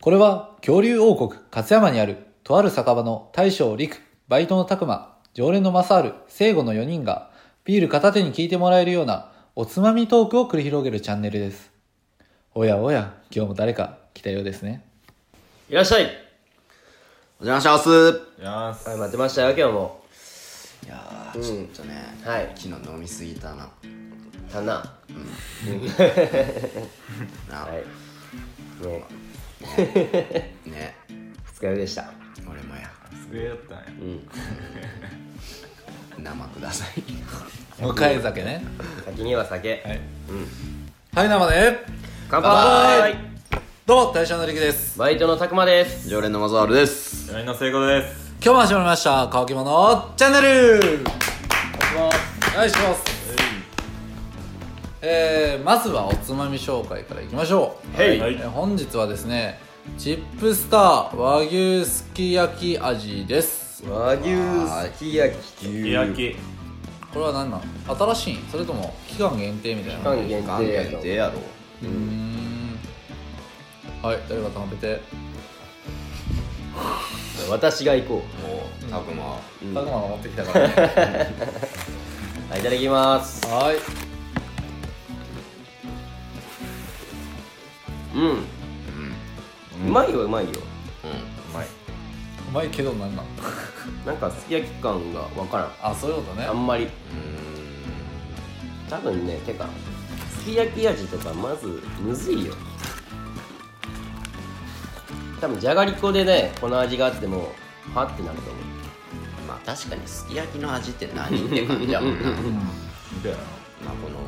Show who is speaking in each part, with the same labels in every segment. Speaker 1: これは恐竜王国勝山にあるとある酒場の大将陸、バイトの拓馬、常連の正治、聖護の4人がビール片手に聞いてもらえるようなおつまみトークを繰り広げるチャンネルです。おやおや、今日も誰か来たようですね。
Speaker 2: いらっしゃい
Speaker 3: お邪魔します
Speaker 4: いや
Speaker 2: はい、待ってましたよ、今日も。
Speaker 3: いやーちょっとね、
Speaker 2: はい。
Speaker 3: 昨日飲みすぎたな
Speaker 2: たな。
Speaker 3: な、
Speaker 2: はい。ね、
Speaker 3: ね
Speaker 2: 二日酔いでした。
Speaker 3: 俺もや
Speaker 4: 机だったね
Speaker 2: うん。
Speaker 3: 生ください
Speaker 1: 迎え酒ね。
Speaker 2: 先には酒。
Speaker 1: はい。
Speaker 2: うん。
Speaker 1: はい、生で、
Speaker 2: 乾杯
Speaker 1: どうも、大将の陸です。
Speaker 2: バイトのたくまです。
Speaker 3: 常連のマザールです
Speaker 4: 隣の成功です
Speaker 1: 今日も始まりました、乾き物チャンネルお願いします。えー、まずはおつまみ紹介からいきましょう。
Speaker 2: へい
Speaker 4: はい
Speaker 1: えー本日はですねチップスター和牛すき焼き味です
Speaker 2: 和牛すき焼き。
Speaker 4: すき焼き
Speaker 1: これは何なの新しいそれとも期間限定みたいな
Speaker 2: 期間限
Speaker 3: 関
Speaker 2: 定や
Speaker 3: 係
Speaker 2: と
Speaker 3: で。やろ
Speaker 1: うーんはい誰が食べて
Speaker 2: 私が行こ
Speaker 3: おたくま
Speaker 1: 佐久間が持ってきたから ね
Speaker 2: う。はい、いただきます。
Speaker 1: はい
Speaker 2: うん。うまいよ、うまいよ。
Speaker 4: うまいう
Speaker 1: まいけど何なの
Speaker 2: なんかすき焼き感がわからん。
Speaker 1: あそういうことね
Speaker 2: あんまり多分ねてかすき焼き味とかまずむずいよ多分じゃがりこでねこの味があってもはってなると思う
Speaker 3: まあ確かにすき焼きの味って何って感じやもんな
Speaker 4: みたいな
Speaker 3: まあこの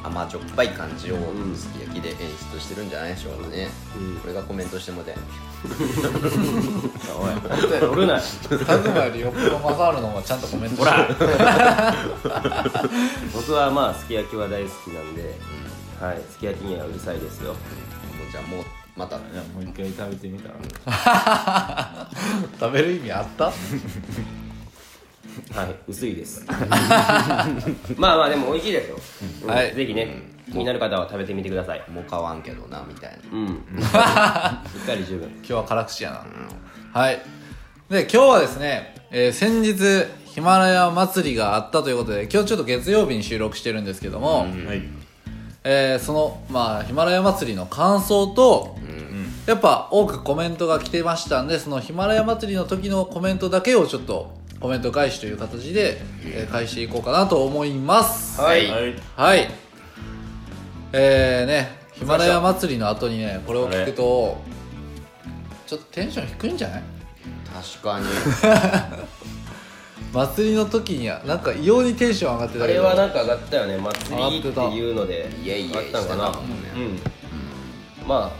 Speaker 3: 甘じょっぱい感じを
Speaker 2: うん
Speaker 3: すき焼きで演出してるんじゃないでしょうかね、
Speaker 2: うん
Speaker 3: これがコメントしてもで
Speaker 2: おい取るな
Speaker 1: 佐久間よりよっぽどマサールの方がちゃんとコメント
Speaker 2: ほ
Speaker 1: して
Speaker 2: ら
Speaker 1: る
Speaker 2: 僕はまあすき焼きは大好きなんで、はいすき焼きにはうるさいですよ
Speaker 3: じゃあもうまた
Speaker 4: いやもう一回食べてみたら
Speaker 1: 食べる意味あった
Speaker 2: はい薄いです まあまあでも美味しいですよ、うん
Speaker 1: はい
Speaker 2: ぜひね、気になる方は食べてみてください
Speaker 3: もう買わんけどなみたいな
Speaker 2: うん しっかり十分
Speaker 1: 今日は辛口やな、はいで今日はですね、えー先日ヒマラヤ祭りがあったということで今日ちょっと月曜日に収録してるんですけども、
Speaker 4: はい
Speaker 1: えーそのまあヒマラヤ祭りの感想と、やっぱ多くコメントが来てましたんでそのヒマラヤ祭りの時のコメントだけをちょっとコメント返しという形で、えー返していこうかなと思います
Speaker 3: はい
Speaker 4: はい
Speaker 1: はい。えーね、ヒマラヤ祭りの後にね、これを聞くと、ちょっとテンション低いんじゃない
Speaker 3: 確かに
Speaker 1: 祭りの時には、なんか異様にテンション上がって
Speaker 2: あ
Speaker 1: たけ
Speaker 2: れ
Speaker 1: ど、
Speaker 2: はなんか上がったよね祭りっていうので
Speaker 3: いやいや
Speaker 2: 上がったの
Speaker 3: してた
Speaker 2: か
Speaker 3: か
Speaker 2: な
Speaker 3: もね
Speaker 2: うん、ま
Speaker 3: まあ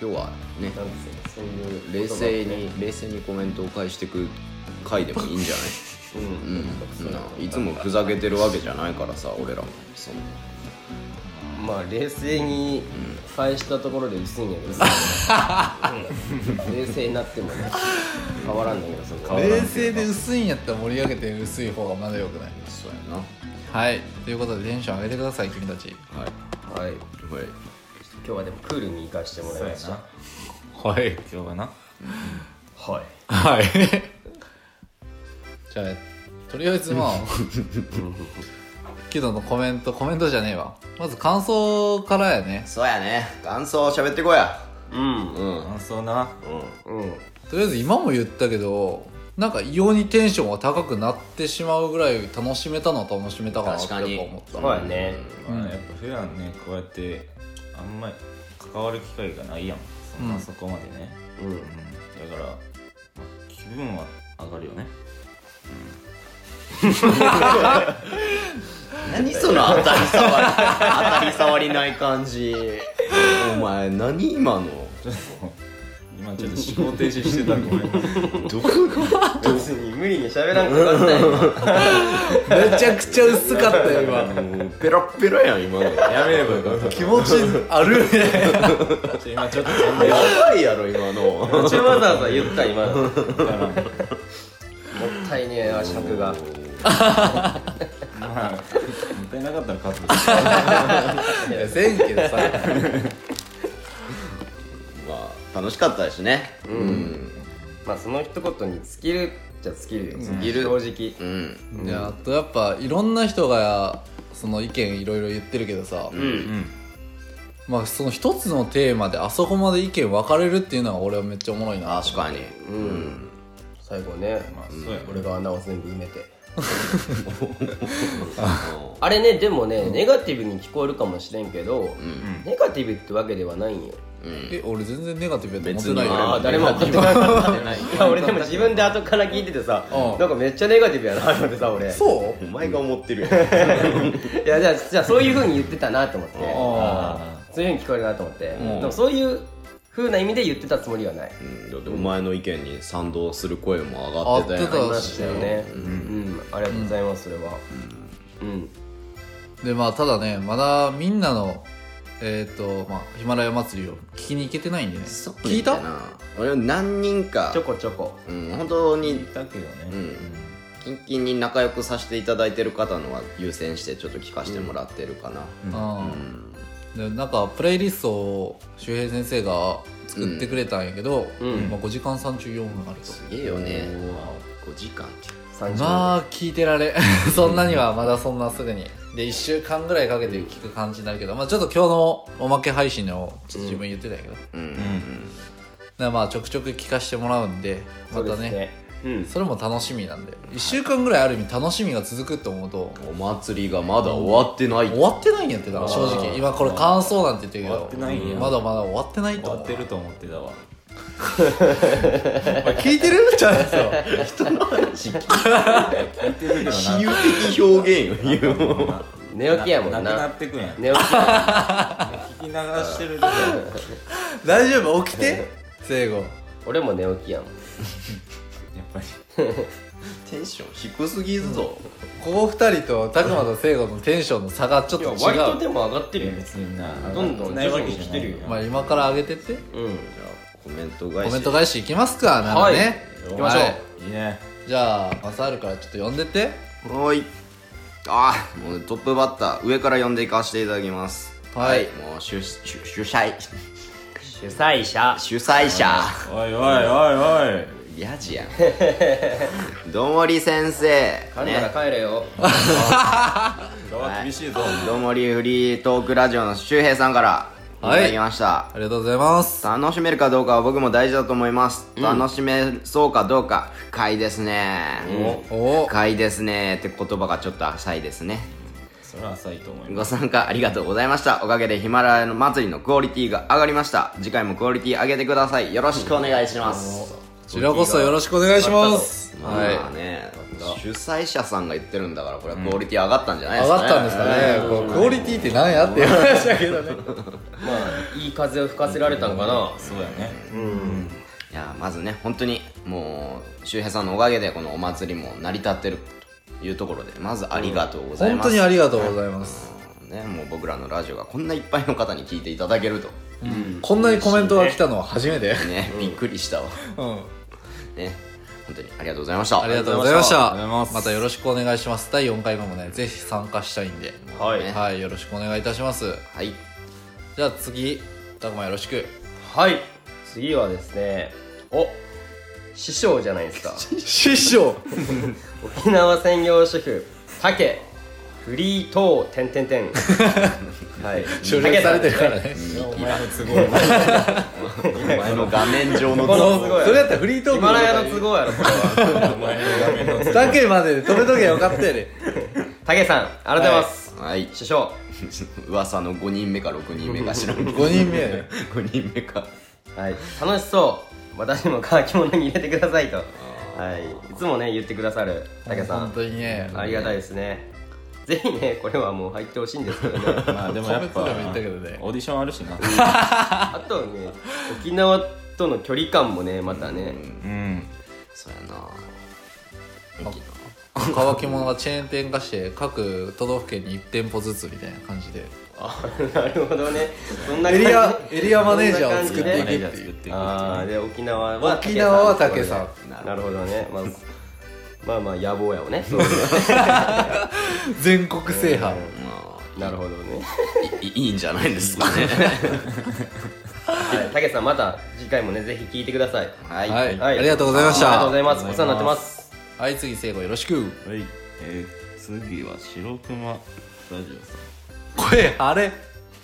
Speaker 3: 今日はね
Speaker 2: あなんですよそういう
Speaker 3: 冷静に冷静にコメントを返してく回でもいいんじゃない
Speaker 2: うん
Speaker 3: うん、 そんないつもふざけてるわけじゃないからさ俺らもその
Speaker 2: まあ冷静に返したところで薄いんやけどさ、うん冷静になってもね変わらんだけどそこは
Speaker 1: 冷静で薄いんやったら盛り上げて薄い方がまだよくない
Speaker 3: そうやなは
Speaker 1: はい。ということでテンション上げてください、君たち。
Speaker 3: い
Speaker 2: はい
Speaker 3: はい
Speaker 2: 今日はでもクールに生かしてもらいまし
Speaker 4: そうや
Speaker 2: た
Speaker 1: はい。
Speaker 4: 今日はな
Speaker 2: はい
Speaker 1: はい。じゃあ、とりあえず まあ、昨日のコメント、コメントじゃねえわ。まず感想からやね。
Speaker 3: そうやね感想を喋ってこいや
Speaker 2: うん
Speaker 3: うん
Speaker 4: 感想な
Speaker 2: うん
Speaker 1: とりあえず今も言ったけどなんか異様にテンションが高くなってしまうぐらい楽しめたのは楽しめたかなって
Speaker 3: 確かに
Speaker 1: やっぱ思った
Speaker 2: そうやね
Speaker 4: まあやっぱ普段ねこうやってあんまり関わる機会がないやんそん
Speaker 1: うん
Speaker 4: なそこまでね
Speaker 2: うん
Speaker 4: うんだからまあ気分は上がるよね
Speaker 3: 何その当たり障 り当たり障りない感じお前何今の
Speaker 4: ちょっと今ちょっと思考停止してたごめん
Speaker 3: どこが
Speaker 2: 別に無理に喋らんくなったよ
Speaker 1: めちゃくちゃ薄かったよ今
Speaker 3: もうペラッペラやん今のや
Speaker 4: やめればよかった
Speaker 1: 気持ちあるね
Speaker 4: ちょ今ちょっと飛んで
Speaker 3: ばいやろ今 の
Speaker 2: 途中わざわざ言った今のもったいねえわ尺が
Speaker 4: まあもったいなかったらカット
Speaker 1: いやせんけどさ
Speaker 3: まあ楽しかったですねうん
Speaker 2: まあその一言に尽きるじゃ尽きるよ尽
Speaker 3: きる
Speaker 2: 正
Speaker 3: う
Speaker 2: 直
Speaker 1: い
Speaker 3: ん
Speaker 1: やあとやっぱいろんな人がその意見いろいろ言ってるけどさ、
Speaker 3: うん
Speaker 1: まあその一つのテーマであそこまで意見分かれるっていうのは俺はめっちゃおもろいな
Speaker 3: 確かに
Speaker 2: うん最後ね
Speaker 4: まあそうや
Speaker 2: 俺が穴を全部埋め てあれねでもねネガティブに聞こえるかもしれんけどネガティブってわけではないんよ
Speaker 1: え俺全然ネガティブやと思って
Speaker 3: 別
Speaker 1: な
Speaker 3: に
Speaker 1: い
Speaker 3: 俺
Speaker 2: あ
Speaker 1: よ
Speaker 2: あ誰も分かってないいや俺でも自分で後から聞いててさ
Speaker 1: うん
Speaker 2: なんかめっちゃネガティブやなと思ってさ俺
Speaker 1: そう
Speaker 3: お前が思ってるよ
Speaker 2: いやじゃあじゃあそういうふうに言ってたなと思って
Speaker 1: あ
Speaker 2: そういうふうに聞こえるなと思ってで
Speaker 1: ん
Speaker 2: もそういうふうな意味で言ってたつもりはない
Speaker 3: うんだってお前の意見に賛同する声も上
Speaker 1: あっ
Speaker 3: がっ
Speaker 1: てて
Speaker 3: た
Speaker 1: た
Speaker 3: よね
Speaker 2: 話だよねうんありがとうございますそれはうん
Speaker 1: でまあただねまだみんなのえっ、とまあヒマラヤ祭りを聞きに行けてないんでね
Speaker 3: そう
Speaker 1: 聞い
Speaker 3: み
Speaker 1: た
Speaker 3: な俺は何人か
Speaker 2: ちょこちょこ
Speaker 3: うん本当
Speaker 4: 言
Speaker 3: に
Speaker 4: ったけどね
Speaker 3: うんキンキンに仲良くさせていただいてる方のは優先してちょっと聞かせてもらってるかな
Speaker 1: うん、でなんかプレイリストを周平先生が作ってくれたんやけど、
Speaker 2: うん
Speaker 1: まあ、5時間34分あると、
Speaker 3: すげえよね5時間って
Speaker 2: 30
Speaker 1: まあ聞いてられ そんなにはまだそんなすでにで1週間ぐらいかけて聞く感じになるけど、まあ、ちょっと今日のおまけ配信のちょっと自分言ってたんやけど、だか
Speaker 3: うん
Speaker 1: らまあちょくちょく聞かせてもらうんでま
Speaker 2: そうで
Speaker 1: た
Speaker 2: す
Speaker 1: ね
Speaker 2: ねうん
Speaker 1: それも楽しみなんで1週間ぐらいある意味楽しみが続くと思うと
Speaker 3: お祭りがまだ終わってない
Speaker 1: 終わってないんやってだから正直今これ感想なんて言ってるけど
Speaker 4: 終わってないんや
Speaker 1: まだまだ終わってない
Speaker 4: 終
Speaker 1: と
Speaker 4: わ
Speaker 1: 思
Speaker 4: っ
Speaker 1: う
Speaker 4: てると思ってたわ
Speaker 1: お前聞いてるじゃないですよ
Speaker 4: 言ってるけどな
Speaker 3: 比喩的表現よ
Speaker 2: 寝起きやもんな
Speaker 4: なくなってくんや
Speaker 2: 寝起きや
Speaker 4: 聞き流してる時は
Speaker 1: 大丈夫起きて聖子
Speaker 2: 俺も寝起きやもん
Speaker 4: やっぱり
Speaker 3: テンション低すぎるぞ
Speaker 1: ここ2人と拓磨と聖子のテンションの差がちょっ
Speaker 2: い
Speaker 1: と
Speaker 2: や
Speaker 1: 違
Speaker 2: 割と
Speaker 1: う
Speaker 2: でも上がってるよ
Speaker 4: 別にな
Speaker 2: どんどん
Speaker 4: ないわけじゃ
Speaker 2: 徐々
Speaker 4: ない
Speaker 2: に来てるよ
Speaker 1: まあ今から上げてって
Speaker 2: うん
Speaker 3: じゃあコメント
Speaker 1: コ
Speaker 3: 返
Speaker 1: メン
Speaker 3: し
Speaker 1: ト返しいきますかならね
Speaker 2: はい行きましょう
Speaker 1: はい
Speaker 4: いいね
Speaker 1: じゃあマサールからちょっと呼んでって
Speaker 3: はーいあーもうトップバッター上から呼んでいかせていただきます
Speaker 1: はい
Speaker 3: もう主主主催
Speaker 2: 主催者
Speaker 3: 主催者
Speaker 4: おいおいおいおい
Speaker 3: やじやんどもり先生
Speaker 2: 彼なら
Speaker 3: ね
Speaker 2: 帰れよ
Speaker 4: 今日は厳しいぞ
Speaker 3: どもりフリートークラジオの周平さんからい
Speaker 1: はい
Speaker 3: ただきました、
Speaker 1: ありがとうございます
Speaker 3: 楽しめるかどうかは僕も大事だと思います、楽しめそうかどうか深いですね、
Speaker 1: お
Speaker 3: 深いですねって言葉がちょっと浅いですね
Speaker 4: それは浅いと思いま
Speaker 3: ご参加ありがとうございましたおかげでヒマラヤの祭りのクオリティが上がりました次回もクオリティ上げてくださいよろしくお願いします
Speaker 1: こちらこそよろしくお願いします
Speaker 3: まあ
Speaker 1: は
Speaker 3: ね主催者さんが言ってるんだからこれはクオリティ上がったんじゃない
Speaker 1: い
Speaker 3: で
Speaker 1: 上
Speaker 3: すか、
Speaker 1: がったんですかねこうクオリティって何やっていう話だけどね
Speaker 2: まあ いい風を吹かせられたんかな
Speaker 4: すそうやね
Speaker 3: いやまずね本当にもう周平さんのおかげでこのお祭りも成り立ってるというところでまずありがとうござい
Speaker 1: 本
Speaker 3: ます、
Speaker 1: 当にありがとうございます
Speaker 3: ね、もう僕らのラジオがこんないっぱいの方に聞いていただけると
Speaker 1: こんなにコメントが来たのは初めて
Speaker 3: ね、びっくりしたわ
Speaker 1: うん
Speaker 3: ね本当にありがとうございました
Speaker 1: ありがとうございました。
Speaker 4: ありがとうございます
Speaker 1: たよろしくお願いします。第4回目もね、ぜひ参加したいんで、
Speaker 4: はい
Speaker 3: ね
Speaker 1: はい、よろしくお願いいたします。
Speaker 3: はい
Speaker 1: じゃあ次、たくまよろしく。
Speaker 2: はい次はですねお 師匠じゃないですか
Speaker 1: 師匠
Speaker 2: 沖縄専業主婦竹フリートーてんてんてん はい
Speaker 1: 省略されてるからね。
Speaker 4: お前の都合
Speaker 3: お前の画面上の
Speaker 2: この都合や
Speaker 1: それやったらフリートー
Speaker 2: ヒ
Speaker 1: ク
Speaker 2: マラヤの都合やろこれは
Speaker 4: お前の画面の都合
Speaker 1: だけまでで止めとけよかったよ ね。
Speaker 2: 竹さんありがとうございます、
Speaker 3: はい
Speaker 2: 師匠
Speaker 3: 噂の5人目か6人目か知らんけ ど
Speaker 1: 5人目やね。
Speaker 3: 5人目か
Speaker 2: はい、楽しそう私も乾き物に入れてくださいと、はい、いつもね言ってくださる武さ
Speaker 1: 本
Speaker 2: ん
Speaker 1: 当にね。
Speaker 2: ありがたいですねぜひねこれはもう入ってほしいんですけど ね
Speaker 4: まあでもやっ
Speaker 1: コ
Speaker 4: ぱオ
Speaker 1: メントでも言っ
Speaker 4: ー
Speaker 1: たけ
Speaker 4: デ
Speaker 1: どね
Speaker 4: ィションあるしな
Speaker 2: あとはね沖縄との距離感もねまたね
Speaker 4: うん
Speaker 3: そうやな
Speaker 1: 乾き物がチェーン店化して、各都道府県に1店舗ずつみたいな感じで。
Speaker 2: あ なるほどねそんな
Speaker 1: エ
Speaker 2: 感じ
Speaker 1: リア、エリアマネージャーを作ってい
Speaker 4: マネージ
Speaker 1: く
Speaker 4: ャ
Speaker 1: っ
Speaker 4: ー
Speaker 1: て
Speaker 4: 作
Speaker 1: い
Speaker 4: っ
Speaker 1: う。
Speaker 4: ていく
Speaker 2: ああで沖縄は
Speaker 1: 沖縄は竹
Speaker 2: ん
Speaker 1: さん。
Speaker 2: なるほどねまあまあまあ野望やを ね
Speaker 1: 全国制覇。
Speaker 3: ま
Speaker 2: なるほどね
Speaker 3: あいいいいんじゃないですかね
Speaker 2: はい武げさんまた次回もねぜひ聞いてください
Speaker 3: はい、
Speaker 1: はいありがとうございました
Speaker 2: ありがとうございますお世話になってます
Speaker 1: はい、次、聖子よろしく。
Speaker 4: はいえー、次は白熊スタジオさん
Speaker 1: 声、あれ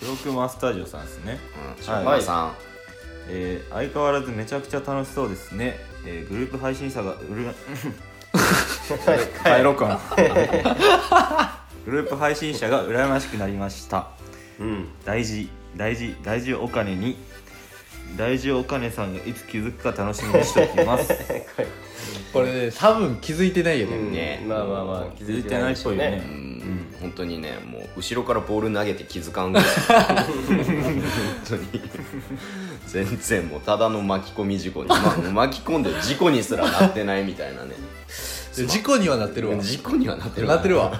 Speaker 4: 白熊スタジオさんですね
Speaker 3: うん、白熊さん、
Speaker 4: えー相変わらずめちゃくちゃ楽しそうですね、えーグループ配信者がう る帰ろうか グループ配信者が羨ましくなりました
Speaker 2: うん
Speaker 4: 大事大事大事お金に大事お金さんがいつ気づくか楽しみにしておきます
Speaker 1: これね、多分気づいてないよね。
Speaker 3: ね
Speaker 2: まあまあまあ
Speaker 4: 気づいてないっぽいよね
Speaker 3: うん本当にねもう後ろからボール投げて気づかんぐらい本当に全然もうただの巻き込み事故に、まあ巻き込んで事故にすらなってないみたいなね
Speaker 1: で事故にはなってるわ。
Speaker 3: 事故にはなってる
Speaker 1: なってるわ。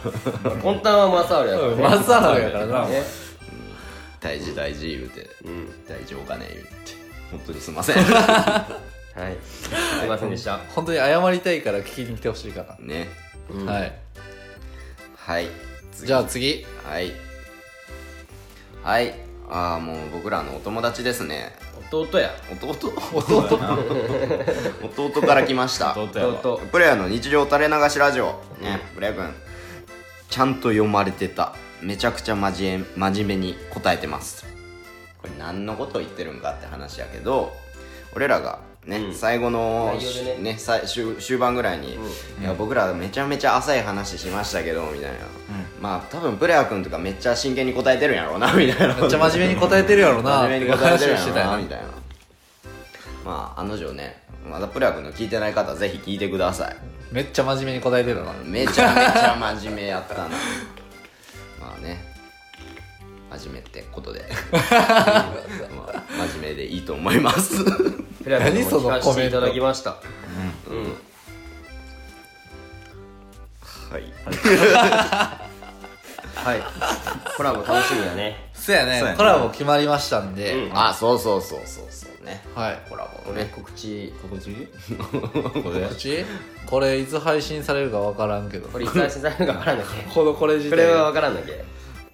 Speaker 2: 本当はマサールやから
Speaker 1: う
Speaker 2: ね
Speaker 1: んマッサージやからな。
Speaker 2: ね
Speaker 3: 大事大事言うて、
Speaker 2: ん
Speaker 3: 大事お金言うて本当にす いません
Speaker 2: はいすいませんでした
Speaker 1: 本当に謝りたいから聞きに来てほしいか
Speaker 3: ね
Speaker 1: ら。はい。
Speaker 3: はい次
Speaker 1: じゃあ次。
Speaker 3: はいはいああもう僕らのお友達ですね
Speaker 2: 弟や
Speaker 3: 弟弟弟から来ました
Speaker 4: 弟やわ
Speaker 2: 弟
Speaker 3: プレイヤーの日常垂れ流しラジオねプレイヤー君ちゃんと読まれてためちゃくちゃ真面目真面目に答えてますこれ何のことを言ってるんかって話やけど俺らがね、
Speaker 2: うん
Speaker 3: 最後の
Speaker 2: 内容でね
Speaker 3: ねさい終終盤ぐらいに、いや僕らめちゃめちゃ浅い話しましたけどみたいな、まあ多分プレイヤー君とかめっちゃ真剣に答えてるんやろうなみたいな
Speaker 1: めっちゃ真面目に答えてるやろな。
Speaker 3: 真面目に答えてる
Speaker 1: 話をして
Speaker 3: ん
Speaker 1: た
Speaker 3: や
Speaker 1: よ
Speaker 3: ろ
Speaker 1: な
Speaker 3: なみたいなまあ案の定ねまだプレア君の聞いてない方はぜひ聞いてください
Speaker 1: めっちゃ真面目に答えてるな。
Speaker 3: めちゃめちゃ真面目やったな まあね真面目ってこ とで、まあ、真面目でいいと思います
Speaker 2: プレア君にも
Speaker 1: 何その
Speaker 2: 聞かせていた
Speaker 1: コ
Speaker 2: だ
Speaker 1: メント
Speaker 2: きましたうん
Speaker 3: はい
Speaker 2: はいコラボ楽しみだね
Speaker 1: そうや
Speaker 4: そうや
Speaker 1: ね。
Speaker 4: ね
Speaker 1: コラボ決まりましたんで。
Speaker 3: あそうそうそうそうそうね
Speaker 1: はい。
Speaker 3: コラボ
Speaker 2: こ
Speaker 3: を
Speaker 2: れ
Speaker 3: ね
Speaker 2: 告知
Speaker 4: 心地いいこれ
Speaker 1: こっちこれいつ配信されるかわからんけど。
Speaker 2: これいつ配信されるか分からんだっけ
Speaker 1: このこれ自
Speaker 2: こ
Speaker 1: 体
Speaker 2: れは分からんだっけ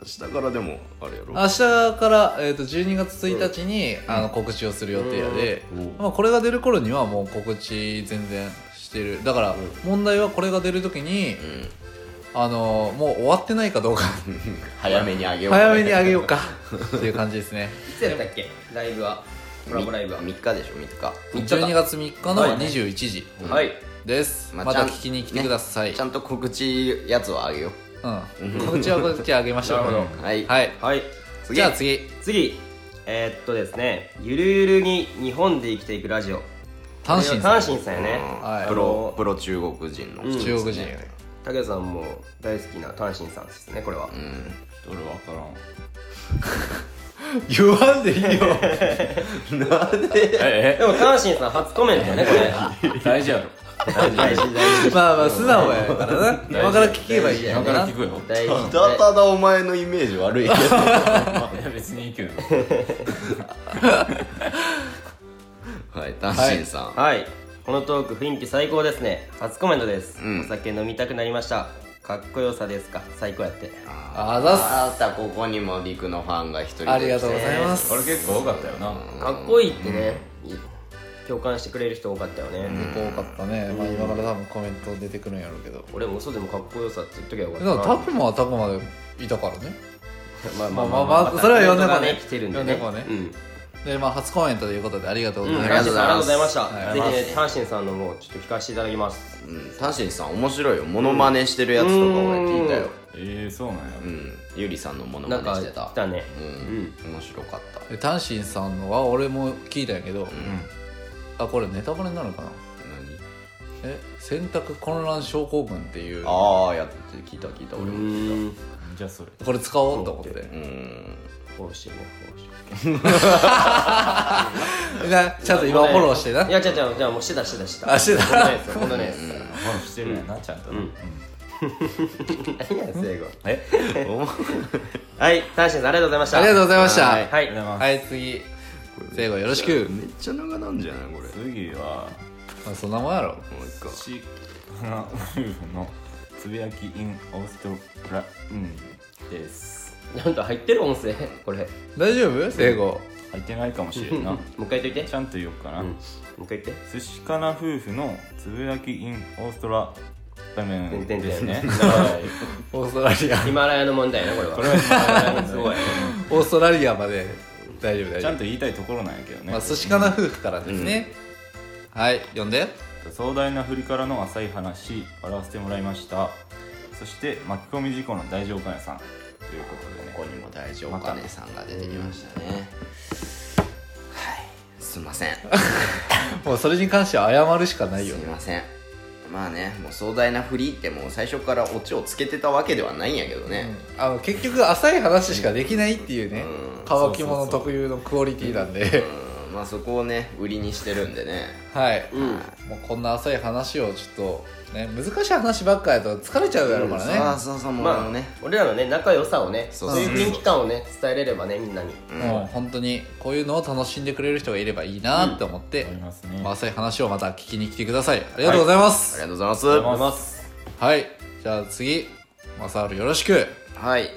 Speaker 3: 明日からでもあれやろ
Speaker 1: 明日から、えー、と12月1日に、あの告知をする予定やで、まあ、これが出る頃にはもう告知全然してるだから問題はこれが出る時に、
Speaker 3: ん
Speaker 1: あのもう終わってないかどうか
Speaker 3: 早めにあげよう
Speaker 1: 早めにあげようかっていう感じですね
Speaker 2: いつやったっけライブはコラボライブは
Speaker 3: 3日でしょ3日
Speaker 2: 三日か
Speaker 1: 12月3日の
Speaker 2: はい
Speaker 1: 21時
Speaker 2: はい
Speaker 1: です、
Speaker 3: まあ
Speaker 1: ま
Speaker 3: ちゃ
Speaker 1: た
Speaker 3: ん
Speaker 1: 聞きに来てください、
Speaker 3: ちゃんと告知やつをあげよ
Speaker 1: うん、告知は告知あげましょう
Speaker 2: なるほ
Speaker 3: うはい、
Speaker 1: はい
Speaker 2: はい
Speaker 1: じゃあ次
Speaker 2: 次えーっとですねゆるゆるに日本で生きていくラジオ
Speaker 1: 単身
Speaker 2: 単
Speaker 1: さん
Speaker 2: 身さんや
Speaker 3: う
Speaker 2: ね
Speaker 3: ん
Speaker 1: はい
Speaker 3: プ
Speaker 2: あの
Speaker 3: ロプロ中国人の、
Speaker 2: うん
Speaker 1: 中国人よ
Speaker 2: 武さんも大好きな単身さんですねこれは
Speaker 4: 俺分か
Speaker 1: 言
Speaker 4: らん
Speaker 1: わんでいいよ
Speaker 4: え
Speaker 2: でも単身さん初コメントやねこれ
Speaker 4: 大事やろ
Speaker 2: 大事大事
Speaker 1: まあまあ素直やからな今から聞けばいいや
Speaker 4: 今
Speaker 1: か
Speaker 4: からら
Speaker 1: な
Speaker 4: 聞くよ
Speaker 2: 大事
Speaker 3: ただただお前のイメージ悪い はい
Speaker 4: や別にいいけど
Speaker 3: い単身さん、
Speaker 2: はいこのトーク雰囲気最高ですね初コメントです、
Speaker 3: うん
Speaker 2: お酒飲みたくなりましたかっこよさですか最高やって
Speaker 1: あざっす
Speaker 3: あたここにも陸のファンが一人出てきて
Speaker 1: ありがとうございます
Speaker 4: これ結構多かったよな
Speaker 2: かっこいいってね、共感してくれる人多かったよね、
Speaker 1: 多かったね、まあ、今から多分コメント出てくるんやろうけど、
Speaker 2: 俺も嘘でもかっこよさって言っときゃよか
Speaker 1: でも
Speaker 2: った
Speaker 1: タクマはタクマでいたからね
Speaker 2: まあ
Speaker 1: まあまあまあそれは呼んでもね
Speaker 2: 来てるんでね
Speaker 1: 呼んでもね
Speaker 2: うん
Speaker 1: でまあ初コメントということでありがとうござい
Speaker 2: うん、
Speaker 1: ます、
Speaker 3: ありが
Speaker 2: 単
Speaker 3: と
Speaker 2: 身
Speaker 3: うご
Speaker 2: さん
Speaker 3: ざい
Speaker 2: ありがとうございました。
Speaker 3: ます
Speaker 1: ありが
Speaker 2: ぜ
Speaker 1: と
Speaker 2: ひ
Speaker 1: うございます
Speaker 2: ね、単身さんのもちょっと聞かせていただきます。
Speaker 3: うん単身さん面白いよモノマネしてるやつとか俺聞いたよ
Speaker 4: ええそうなんや
Speaker 3: うん、ゆりさんのモノ
Speaker 2: な
Speaker 3: マ
Speaker 2: ん
Speaker 3: ネ
Speaker 2: か
Speaker 3: してた
Speaker 2: 来たね。
Speaker 3: うん、面白かった
Speaker 1: で単身さんのは俺も聞いたんやけど、あこれネタバレになるのかなえ選択混乱症候群っていうこ
Speaker 3: 何ああやって聞いた聞いた俺
Speaker 2: う
Speaker 3: も
Speaker 2: ん。
Speaker 4: じゃあそれ
Speaker 1: れ使おうと思って
Speaker 3: うん
Speaker 2: こうしてね、こうして。
Speaker 1: なちゃんと今フォローしてない
Speaker 2: や、じゃじゃじゃもうしてたしてたしてた。
Speaker 1: あしてた
Speaker 2: ほんとないですよ。ほんとないです。
Speaker 4: フォローしてるやなちゃんとなうん
Speaker 2: 何や、最後。
Speaker 4: え
Speaker 3: お前
Speaker 2: はい、単身さんありがとうございました。
Speaker 1: ありがとうございました
Speaker 3: は
Speaker 1: はいい、
Speaker 4: ありがとうございます
Speaker 1: 次聖子よろしく、
Speaker 3: めっちゃ長なんじゃないこれもう
Speaker 4: 次は
Speaker 1: まあ、そんなもんやろ
Speaker 3: 一個
Speaker 4: シカナウルフのつぶやき in オーストラリアです
Speaker 2: なんと入ってる音声、これ。
Speaker 1: 大丈夫聖子
Speaker 4: 入ってないかもしれんな
Speaker 2: もう一回言っといて
Speaker 4: ちゃんと言おうかな、
Speaker 2: うんもう一回言って
Speaker 4: 寿司かな夫婦のつぶやき in オーストラダメン
Speaker 2: 点々
Speaker 4: ですね
Speaker 1: オーストラリア
Speaker 2: ヒマラヤの問題やなこれは
Speaker 4: これはヒマラヤの問題
Speaker 2: すごい
Speaker 1: オーストラリアまで大丈夫大
Speaker 4: ち
Speaker 1: 丈
Speaker 4: ゃん
Speaker 1: 夫
Speaker 4: と言いたいところなんやけどね、
Speaker 1: まあ寿司かな夫婦からですね、はい読んで
Speaker 4: 壮大な振りからの浅い話笑わせてもらいましたそして巻き込み事故の大乗館屋さんということでね
Speaker 3: ここにも大丈夫かねさんが出てきましたねはいすいません
Speaker 1: もうそれに関しては謝るしかないよ
Speaker 3: すい
Speaker 1: ね
Speaker 3: ませんまあねもう壮大なフリーってもう最初からオチをつけてたわけではないんやけどね、
Speaker 1: あの結局浅い話しかできないっていうね、
Speaker 3: うん
Speaker 1: 乾き物特有のクオリティなんで、
Speaker 3: うんまあそこをね売りにしてるんでね
Speaker 1: はい、
Speaker 2: うん
Speaker 1: もうこんな浅い話をちょっとね難しい話ばっかやと疲れちゃうやろからね、
Speaker 3: そうそうそうもう、
Speaker 2: ま
Speaker 3: あ、
Speaker 2: あ
Speaker 3: ね
Speaker 2: ね俺らのね仲良さをね
Speaker 3: そ
Speaker 2: そうう
Speaker 3: そうそう
Speaker 2: いう雰囲気感をね伝えれればねみんなに
Speaker 1: もう本当にこういうのを楽しんでくれる人がいればいいなって思って、
Speaker 4: ありますね
Speaker 1: まあ、浅い話をまた聞きに来てくださいありがとうございま
Speaker 3: あり
Speaker 1: す
Speaker 3: がとうございます
Speaker 4: ありがとうございます
Speaker 1: はい、じゃあ次マサールよろしく
Speaker 3: はい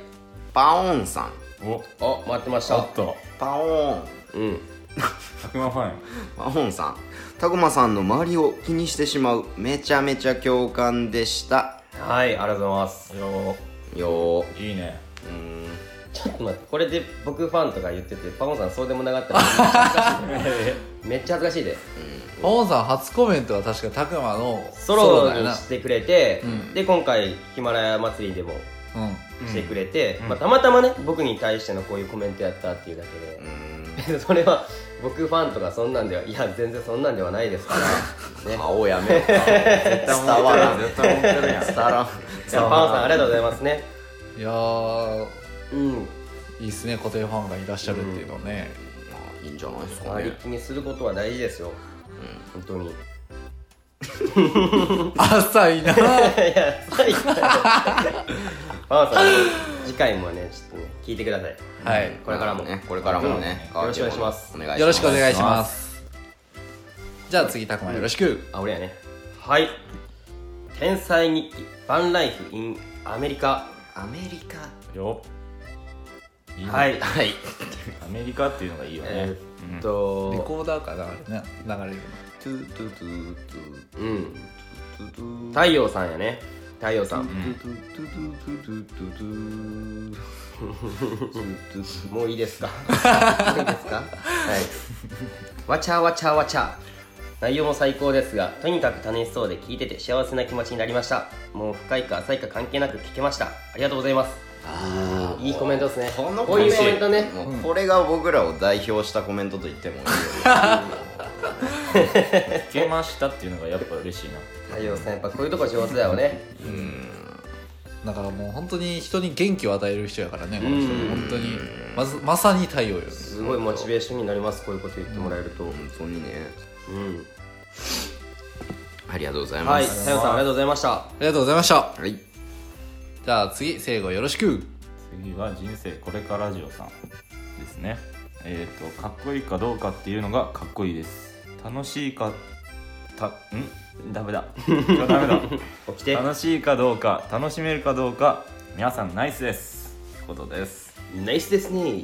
Speaker 3: パオンさん
Speaker 4: お
Speaker 2: お待ってまし
Speaker 4: ちょ
Speaker 2: た
Speaker 4: っと
Speaker 3: パオン
Speaker 2: うん
Speaker 4: 100万ファン
Speaker 3: パオンさんたくまさんの周りを気にしてしまうめちゃめちゃ共感でした
Speaker 2: はいありがとうございます
Speaker 4: よ
Speaker 3: よー
Speaker 4: ーいいね
Speaker 3: うん
Speaker 2: ちょっと待ってこれで僕ファンとか言っててパゴンさんそうでもなかったら めっちゃ恥ずかしいで
Speaker 1: パオンさん初コメントは確かタクマの
Speaker 2: ソロ
Speaker 1: だよ
Speaker 2: に
Speaker 1: な
Speaker 2: してくれて、
Speaker 1: うん
Speaker 2: で今回ヒマラヤ祭りでも
Speaker 1: うん
Speaker 2: してくれて、
Speaker 4: うん
Speaker 2: まあ、たまたまね僕に対してのこういうコメントやったっていうだけで
Speaker 3: う、ん
Speaker 2: それは僕ファンとかそんなんではいや全然そんなんではないです からね
Speaker 3: 顔やめろ絶対伝わらん
Speaker 4: 絶対思ってるやん
Speaker 3: 伝わらん
Speaker 2: じゃあパンさんありがとうございますね
Speaker 1: いやー
Speaker 2: うん
Speaker 1: いいっすね固定ファンがいらっしゃるっていうのね、
Speaker 3: まあいいんじゃないですか
Speaker 2: 周り
Speaker 3: ね
Speaker 2: 気にすることは大事ですよ、本当にい
Speaker 1: 浅 いな
Speaker 2: や最高 パンさん次回もねちょっとね聞いてください
Speaker 1: はい
Speaker 2: これからも
Speaker 3: ねこれからもね、
Speaker 2: うんよろしくお願いします
Speaker 3: お願いします
Speaker 1: よろしくお願いし
Speaker 3: す
Speaker 1: ますじゃあ次タクマよろしく、
Speaker 2: あ俺やねはい「天才日記バンライフ in アメリカ
Speaker 3: アメリカ
Speaker 4: よ」いいね
Speaker 2: はい
Speaker 3: はい
Speaker 4: アメリカっていうのがいいよね、
Speaker 2: えーっと
Speaker 1: レコーダーかなあれね流れる
Speaker 3: トゥトゥトゥトゥ
Speaker 2: うん
Speaker 3: トゥトゥ
Speaker 2: 太陽さんやね太陽さん、
Speaker 3: トゥトゥトゥトゥトゥトゥ
Speaker 2: もういいですかいいですかはいわちゃわちゃわちゃ内容も最高ですがとにかく楽しそうで聞いてて幸せな気持ちになりましたもう深いか浅いか関係なく聞けましたありがとうございます
Speaker 3: あ
Speaker 2: いいコメントですね
Speaker 3: この
Speaker 2: こういうコメントね
Speaker 3: もうこれが僕らを代表したコメントと言ってもいいよ
Speaker 4: 聞けましたっていうのがやっぱ嬉しいな
Speaker 2: 太陽さんやっぱこういうとこ上手だよね
Speaker 1: だからもう本当に人に元気を与える人やからねこの人
Speaker 2: うん
Speaker 1: 本当にまずまさに太陽よね
Speaker 2: すごいモチベーションになりますこういうこと言ってもらえるとうん、
Speaker 3: 本当にねありがとうございま
Speaker 2: はい
Speaker 3: す
Speaker 2: 太陽さんありがとうございました
Speaker 1: ありがとうございました
Speaker 3: はい
Speaker 1: じゃあ次聖子よろしく
Speaker 4: 次は人生これからジオさんですねえっ、とかっこいいかどうかっていうのがかっこいいです楽しいかたんダメだ今日ダメ だ
Speaker 2: 起きて
Speaker 4: 楽しいかどうか楽しめるかどうか皆さんナイスですってことです
Speaker 2: ナイスですね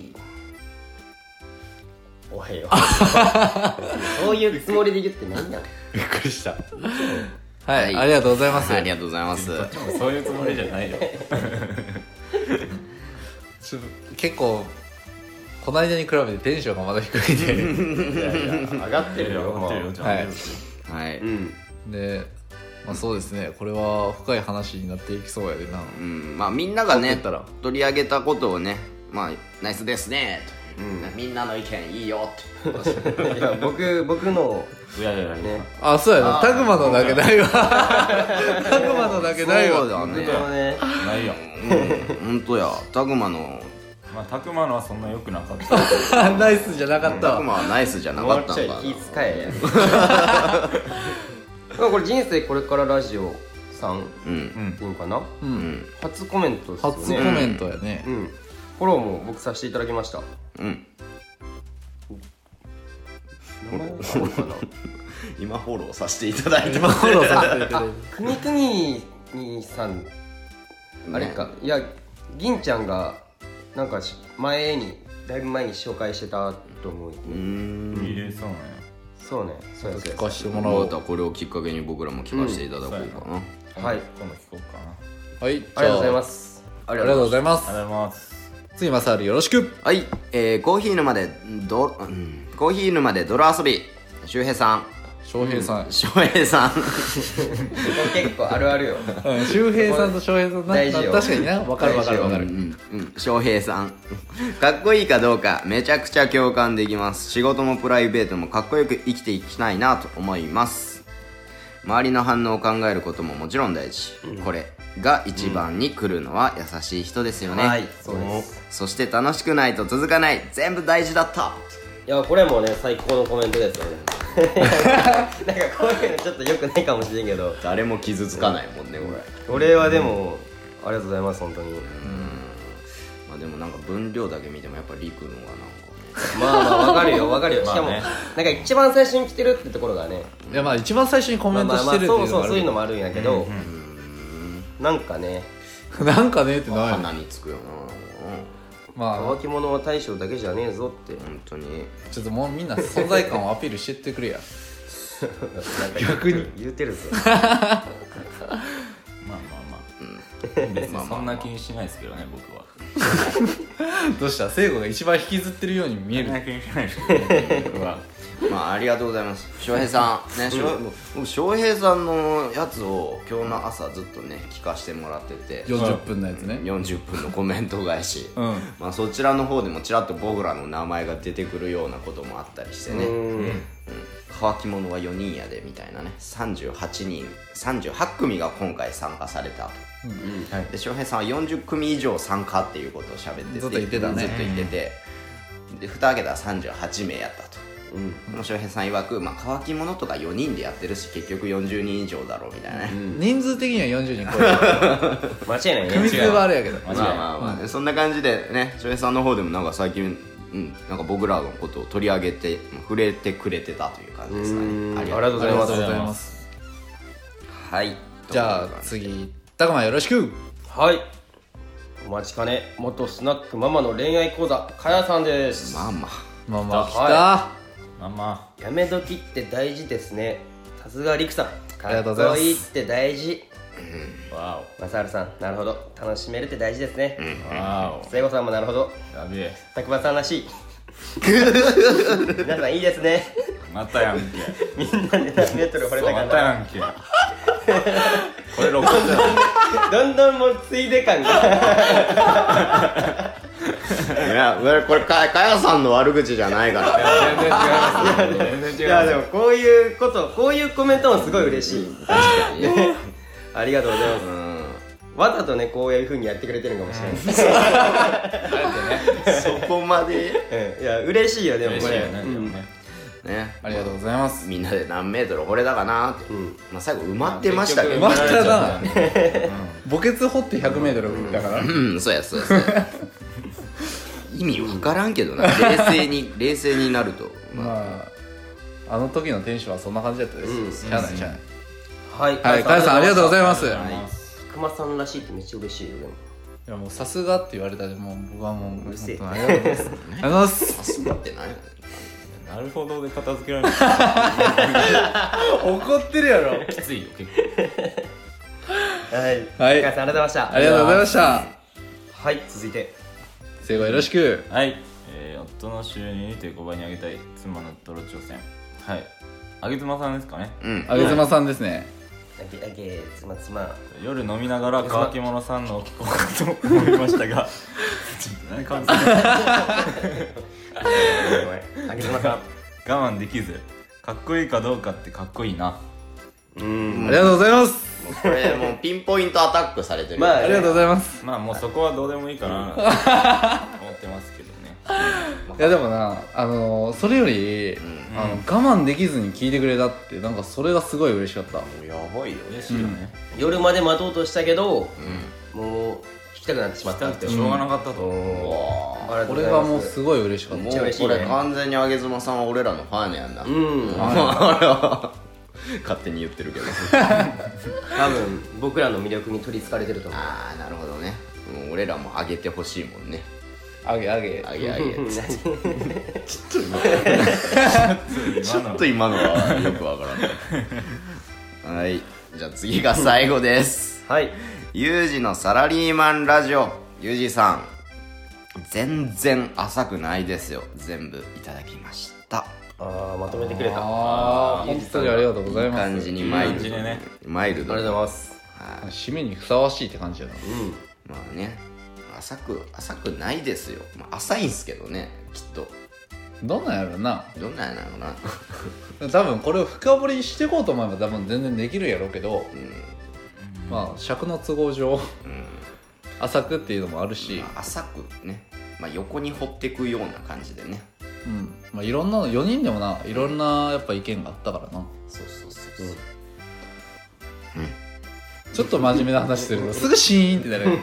Speaker 2: おはよ うそういうつもりで言ってないんだ
Speaker 1: びっくりしたは、
Speaker 3: はい
Speaker 1: ありがとうございます
Speaker 3: ありがとうございます
Speaker 4: そういうつもりじゃない よ
Speaker 1: ちょっと結構この間に比べてテンションがまだ低い で
Speaker 2: いやいや上がってるよ
Speaker 4: 上がってるよちゃんと
Speaker 1: はい
Speaker 3: はい
Speaker 2: うん
Speaker 1: で、まあ、そうですねこれは深い話になっていきそうやでな
Speaker 3: うんまあみんながね
Speaker 1: 撮ってたら
Speaker 3: 取り上げたことをねまあナイスですねとみんなの意見いいよって
Speaker 2: いや僕僕の
Speaker 4: いやいやいや
Speaker 2: ね
Speaker 1: あそうやなタグマのだけないわ タグマのだけない
Speaker 3: そう
Speaker 1: わ
Speaker 3: だ
Speaker 2: 僕
Speaker 3: ね
Speaker 2: のね
Speaker 4: ないよ
Speaker 3: うん本当やタグマの
Speaker 4: まあたくまのはそんな良くなかった
Speaker 1: ナイスじゃなかった
Speaker 3: タ
Speaker 1: わ
Speaker 3: グマはナイスじゃなか
Speaker 2: も
Speaker 3: っ
Speaker 2: う
Speaker 3: た
Speaker 2: ちょ
Speaker 3: ん
Speaker 2: い
Speaker 3: か
Speaker 2: 気
Speaker 3: な
Speaker 2: 使 えやまあこれ人生これからラジオさん
Speaker 3: うん
Speaker 2: っていうのかな
Speaker 1: う
Speaker 3: うんん
Speaker 2: 初コメントですよね
Speaker 1: 初コメントやね
Speaker 2: うんフォローも僕させていただきました
Speaker 3: うん
Speaker 2: 名 前はどうかな
Speaker 3: 今フォローさせていただい てます
Speaker 1: フォローさせていただいて
Speaker 2: くにくににさんあれか、いや銀ちゃんがなんかし前にだいぶ前に紹介してたと思うよね、
Speaker 3: うーん
Speaker 4: えーそうなんや
Speaker 2: そうねそうです
Speaker 1: 聞かしてもらお
Speaker 3: ま
Speaker 1: う
Speaker 3: たこれをきっかけに僕らも聞かせていただこうかな、
Speaker 2: はい
Speaker 4: 今度聞こうかな
Speaker 1: はいじゃ
Speaker 2: ありがとうございます
Speaker 1: ありがとうございま
Speaker 4: あ
Speaker 1: す
Speaker 4: りがとうございます
Speaker 1: 次マサールよろしく
Speaker 3: はい、えーコーヒー沼でど、うんコーヒー沼で泥遊び周平さん
Speaker 1: 翔平さん
Speaker 3: 翔平さん
Speaker 2: 結構あるあるよ
Speaker 1: うん周平さんと翔平さんな
Speaker 2: 大事よ
Speaker 1: な確かにな分かる分かる分か
Speaker 3: う
Speaker 1: る
Speaker 3: んうん翔平さん かっこいいかどうかめちゃくちゃ共感できます仕事もプライベートもかっこよく生きていきたいなと思います周りの反応を考えることももちろん大事、これが一番に来るのは優しい人ですよね、
Speaker 2: はいそうです
Speaker 3: そして楽しくないと続かない全部大事だった
Speaker 2: いやこれもね最高のコメントですよねなんかこういうのちょっと良くないかもしれんけど
Speaker 3: 誰も傷つかないもんねこれ、
Speaker 2: これはでも、ありがとうございます本当に、
Speaker 3: まあでもなんか分量だけ見てもやっぱりくのがなんか
Speaker 2: まあまあわかるよわかるよ、
Speaker 4: まあね
Speaker 2: しかもなんか一番最初に来てるってところがね
Speaker 1: いやまあ一番最初にコメントしてるって
Speaker 2: まあまあまあ
Speaker 1: いうの
Speaker 2: そう
Speaker 1: があ
Speaker 2: そうそういう
Speaker 1: る
Speaker 2: のもあるんやけど、なんかね
Speaker 1: なんかねってない
Speaker 3: 鼻につくよな
Speaker 1: ま
Speaker 2: 乾き物は大将だけじゃねえぞって
Speaker 3: 本当に
Speaker 1: あちょっともうみんな存在感をアピールしてってくれや
Speaker 2: 逆に言うてるぞ
Speaker 4: まあまあまあ別にそんな気にしないですけどね僕は
Speaker 1: どうした聖子が一番引きずってるように見え
Speaker 4: そん
Speaker 1: る
Speaker 4: な気にしないですけどね僕は
Speaker 3: まあありがとうございます翔平さんね翔僕翔平さんのやつを今日の朝ずっとね聞かせてもらってて
Speaker 1: 40分のやつね
Speaker 3: 40分のコメント返し、
Speaker 1: うん
Speaker 3: まあ、そちらの方でもちらっと僕らの名前が出てくるようなこともあったりしてね、
Speaker 2: うん
Speaker 3: 乾き物は4人やでみたいなね38人38組が今回参加されたと、
Speaker 4: はい
Speaker 3: で翔平さんは40組以上参加っていうことを喋ってて
Speaker 1: ずっと言ってたね
Speaker 3: ずっと言ってて、で蓋開けたら38名やったと。
Speaker 2: うん
Speaker 3: もう翔平さん曰く、まあ、乾き物とか4人でやってるし結局40人以上だろうみたいなね、
Speaker 1: 人数的には40人超え
Speaker 2: 間違いない
Speaker 1: る組
Speaker 2: ね
Speaker 1: 数はあれやけど
Speaker 4: 間違い
Speaker 3: まあまあまあね、そんな感じでね翔平さんの方でもなんか最近、うん、なんか僕らのことを取り上げて触れてくれてたという感じですか
Speaker 2: うん
Speaker 3: ね
Speaker 2: あり
Speaker 3: り
Speaker 2: が
Speaker 3: がと
Speaker 2: とう
Speaker 3: う
Speaker 2: ご
Speaker 3: ご
Speaker 2: ざ
Speaker 3: ざ
Speaker 2: い
Speaker 3: い
Speaker 2: ま
Speaker 3: ますす
Speaker 1: ございます
Speaker 3: はい
Speaker 1: じゃあ次たくまよろしく
Speaker 2: はいお待ちかね元スナックママの恋愛講座かやさんです
Speaker 3: まあまあ
Speaker 1: まあまあ来た、
Speaker 2: は
Speaker 4: まあま
Speaker 2: やめ時って大事ですねさすがりくさん
Speaker 1: ありがとうござい
Speaker 2: か
Speaker 1: ま
Speaker 2: っ
Speaker 1: す
Speaker 2: こいいって大事
Speaker 4: あわ
Speaker 2: まさるさんなるほど楽しめるって大事ですね
Speaker 4: おわ
Speaker 2: 聖子さんもなるほど
Speaker 4: おやべえ
Speaker 2: たくまさんらし い皆さんいいですね
Speaker 4: またやんけ
Speaker 2: みんなで何メートル惚れたか
Speaker 4: また
Speaker 2: ら
Speaker 4: やんけこれ録音だよ
Speaker 2: どんどんもうついで感が
Speaker 3: いやこれこれかかやさんの悪口じゃないからね
Speaker 4: 全然違う
Speaker 2: いやでもこういうことこういうコメントもすごい嬉しい ねありがとうございますわざとねこういうふうにやってくれてるのかもしれない
Speaker 3: そこまで
Speaker 2: うんいや嬉しいよでも
Speaker 4: 嬉
Speaker 2: こ
Speaker 4: しい
Speaker 2: れ
Speaker 4: よねでもね
Speaker 3: ね
Speaker 1: ありがとうございます
Speaker 3: みんなで何メートルこれだかなって、
Speaker 2: ん
Speaker 3: まあ、最後埋まってましたけ
Speaker 1: 埋
Speaker 3: ど
Speaker 1: まったな墓穴掘って 100m だから
Speaker 3: うんそうやそうやそうや意味わからんけどな冷静に冷静になると、まあ
Speaker 1: まああの時のテンションはそんな感じだったですしゃあないしゃあない
Speaker 2: はい
Speaker 1: はいかやさんありがとうございますい
Speaker 2: 熊さんらしいってめっちゃ嬉しいよでも
Speaker 1: やもうさすがって言われたでもう僕はもう本
Speaker 2: うるせえ
Speaker 1: 当にありがとうございますありがとうござい ます
Speaker 3: そうなってない
Speaker 4: なるほどで片付けられるの
Speaker 1: 怒ってるやろ
Speaker 4: きついよ結
Speaker 2: はい
Speaker 1: はい
Speaker 2: かやさんありがとうございました
Speaker 1: ありがとうございました
Speaker 2: はい続いて
Speaker 1: 最後よろしく
Speaker 4: 構はい、えー、夫の収入2.5倍に上げたい妻の泥挑戦はいあげ妻さんですかね
Speaker 3: うん
Speaker 1: あげずまさんですね
Speaker 2: あげあげつまつま
Speaker 4: 夜飲みながら乾き物さんのを聞こうかと思いまし たがちょっと何感じてる
Speaker 2: あげつまさ ん
Speaker 4: 我慢できずかっこいいかどうかってかっこいいな
Speaker 1: ありがとうございます
Speaker 3: もうこれもうピンポイントアタックされてる
Speaker 2: まあ
Speaker 1: ありがとうございます
Speaker 4: まあもうそこはどうでもいいかなと思ってますけどね
Speaker 1: いやでもなあのそれよりあの我慢できずに聞いてくれたってなんかそれがすごい嬉しかった
Speaker 3: やばいよね
Speaker 4: 嬉しいよね、
Speaker 2: 夜まで待とうとしたけど、もう聞きたくなってしまっ
Speaker 4: した
Speaker 2: た
Speaker 4: くてしょうがなかったと思う、
Speaker 3: うわ
Speaker 2: ありがと
Speaker 1: こ
Speaker 2: うご
Speaker 1: れ
Speaker 2: ざいます
Speaker 1: がもうすごい嬉しかっ
Speaker 3: ー
Speaker 1: た
Speaker 3: もう
Speaker 2: ちゃ嬉しい
Speaker 3: こ
Speaker 2: ね
Speaker 3: れ完全にあげずまさんは俺らのファンやんな、
Speaker 2: うん
Speaker 3: 勝手に言ってるけど
Speaker 2: 多分僕らの魅力に取りつかれてると思う
Speaker 3: ああなるほどねもう俺らもあげてほしいもんね
Speaker 1: あげあげ
Speaker 3: あげあげち
Speaker 4: 今
Speaker 3: ょっ
Speaker 4: の
Speaker 3: と今のはよくわからないはいじゃあ次が最後です
Speaker 2: はい
Speaker 3: ユージのサラリーマンラジオユージさん全然浅くないですよ全部いただきました
Speaker 2: ああまとめてくれたあ
Speaker 1: ああ本当にありがとうございます
Speaker 3: 感じにマイルド
Speaker 4: いい感じでね
Speaker 3: マイルド
Speaker 2: りがとうござい
Speaker 3: ま
Speaker 2: ます
Speaker 1: 締めにふさわしいって感じだな
Speaker 2: うん
Speaker 3: あね浅く浅くないですよ、まあ、浅いんすけどねきっと
Speaker 1: どんなんやろな
Speaker 3: どんなんやろうな
Speaker 1: 多分これを深掘りしていこうと思えば多分全然できるやろうけど、
Speaker 3: う
Speaker 1: まあ尺の都合上
Speaker 3: ん、うん
Speaker 1: 浅くっていうのもあるし、
Speaker 3: まあ浅くね、まあ、横に掘ってくような感じでね
Speaker 1: うんまあ、いろんなの4人でもないろんなやっぱ意見があったからな
Speaker 3: そうそうそうそう、
Speaker 1: ちょっと真面目な話するとすぐシーンってなる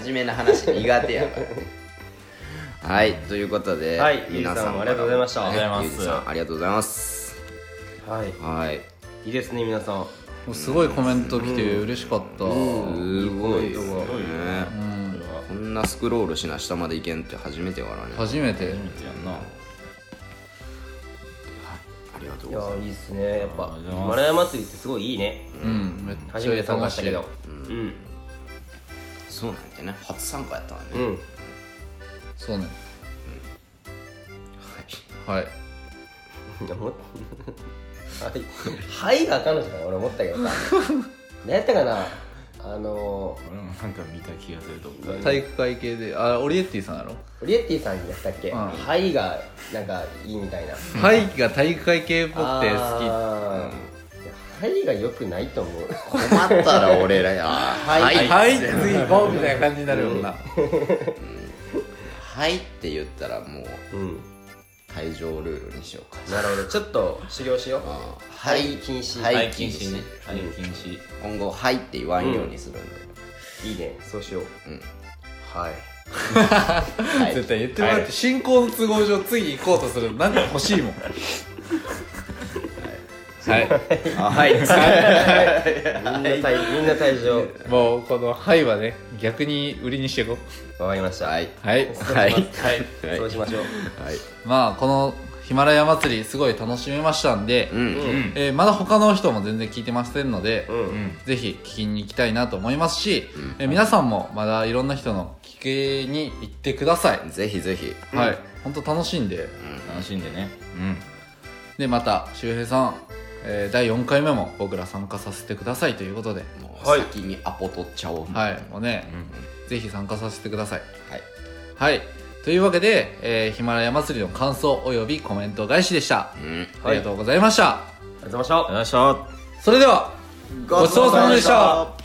Speaker 3: 真面目な話苦手やからね はいということで、
Speaker 2: はいゆう
Speaker 3: 皆
Speaker 2: じさん
Speaker 3: さん
Speaker 2: ありがとうございました
Speaker 3: ね
Speaker 2: ありが
Speaker 4: とうございま
Speaker 3: ゆ
Speaker 4: す
Speaker 3: うじさんありがとうございます
Speaker 2: はい
Speaker 3: はい
Speaker 2: いいですね皆さん
Speaker 1: もうすごいコメント来て嬉しかった、
Speaker 3: すごいですね
Speaker 2: すご
Speaker 4: い
Speaker 1: う
Speaker 4: よ
Speaker 1: ん
Speaker 3: こんなスクロールしな下まで行けんって初めてやからね
Speaker 1: 初めて
Speaker 4: やんな
Speaker 3: ありがとう
Speaker 2: い
Speaker 3: ご
Speaker 2: や
Speaker 3: ざいま
Speaker 2: ーいいっすねやっぱ
Speaker 4: ありがとうございます
Speaker 2: マラヤ祭りってすごいいいね
Speaker 1: うんめっ
Speaker 2: 初
Speaker 1: ちゃ
Speaker 2: めて参加
Speaker 1: 忙
Speaker 2: し
Speaker 1: したい
Speaker 2: けどうん
Speaker 3: すそうなんてね初参加やったわね、
Speaker 2: うん、
Speaker 3: はい
Speaker 1: そうねはい
Speaker 2: いやもっ はいはいがあかんのじゃない俺思ったけどさ何やったかなあの
Speaker 4: 俺もなんか見た気がすると思う
Speaker 1: 体育会系であオリエッティさんやろ
Speaker 2: ーオリエッティさんやったっけ、
Speaker 1: うん
Speaker 2: はいがなんかいいみたいな
Speaker 1: はいが体育会系っぽくて好
Speaker 2: あーいやはいが良くないと思う
Speaker 3: 困ったら俺らやはい
Speaker 1: きはい次行こうみたいな感じになるよな
Speaker 3: はいって言ったらもう
Speaker 2: うん
Speaker 3: 退場ルールにしようか
Speaker 2: なるほどちょっと修行しよう
Speaker 3: あー
Speaker 2: は
Speaker 3: はいい
Speaker 2: 禁止
Speaker 3: はい禁止ね
Speaker 4: はい禁止
Speaker 3: 今後はいって言わんようにするんで、
Speaker 2: いいねそうしよう、
Speaker 3: うん
Speaker 2: はい
Speaker 3: はい
Speaker 1: 絶対言ってもらって進行の都合上次行こうとするなんか欲しいもんはい
Speaker 2: みんな退みんな退場
Speaker 1: もうこの「はい」はね逆に売りにしていこ
Speaker 2: わかりました
Speaker 3: はい
Speaker 1: うはい
Speaker 2: そうします
Speaker 3: はい
Speaker 2: はいそうしましょう
Speaker 3: はい
Speaker 1: まあこのヒマラヤ祭りすごい楽しめましたんで、
Speaker 3: うん
Speaker 4: うん
Speaker 1: えーまだ他の人も全然聞いてませんので、
Speaker 2: うん、
Speaker 4: うん
Speaker 1: ぜひ聞きに行きたいなと思いますし、えー皆さんもまだいろんな人の聞きに行ってください、
Speaker 3: ぜひぜひ
Speaker 1: はい本当楽しいんで
Speaker 4: 楽しんでねうん
Speaker 1: でまた周平さん、えー第4回目も僕ら参加させてくださいということで
Speaker 3: もう
Speaker 2: はい
Speaker 3: 先にアポ取っちゃおう
Speaker 1: はいもうね、ぜひ参加させてくださいはいというわけで、えーヒマラヤ祭りの感想およびコメント返しでした、
Speaker 3: うん
Speaker 1: ありがとうございました
Speaker 2: ありがとうございました
Speaker 4: よいしょ
Speaker 1: それではごちそうさまでした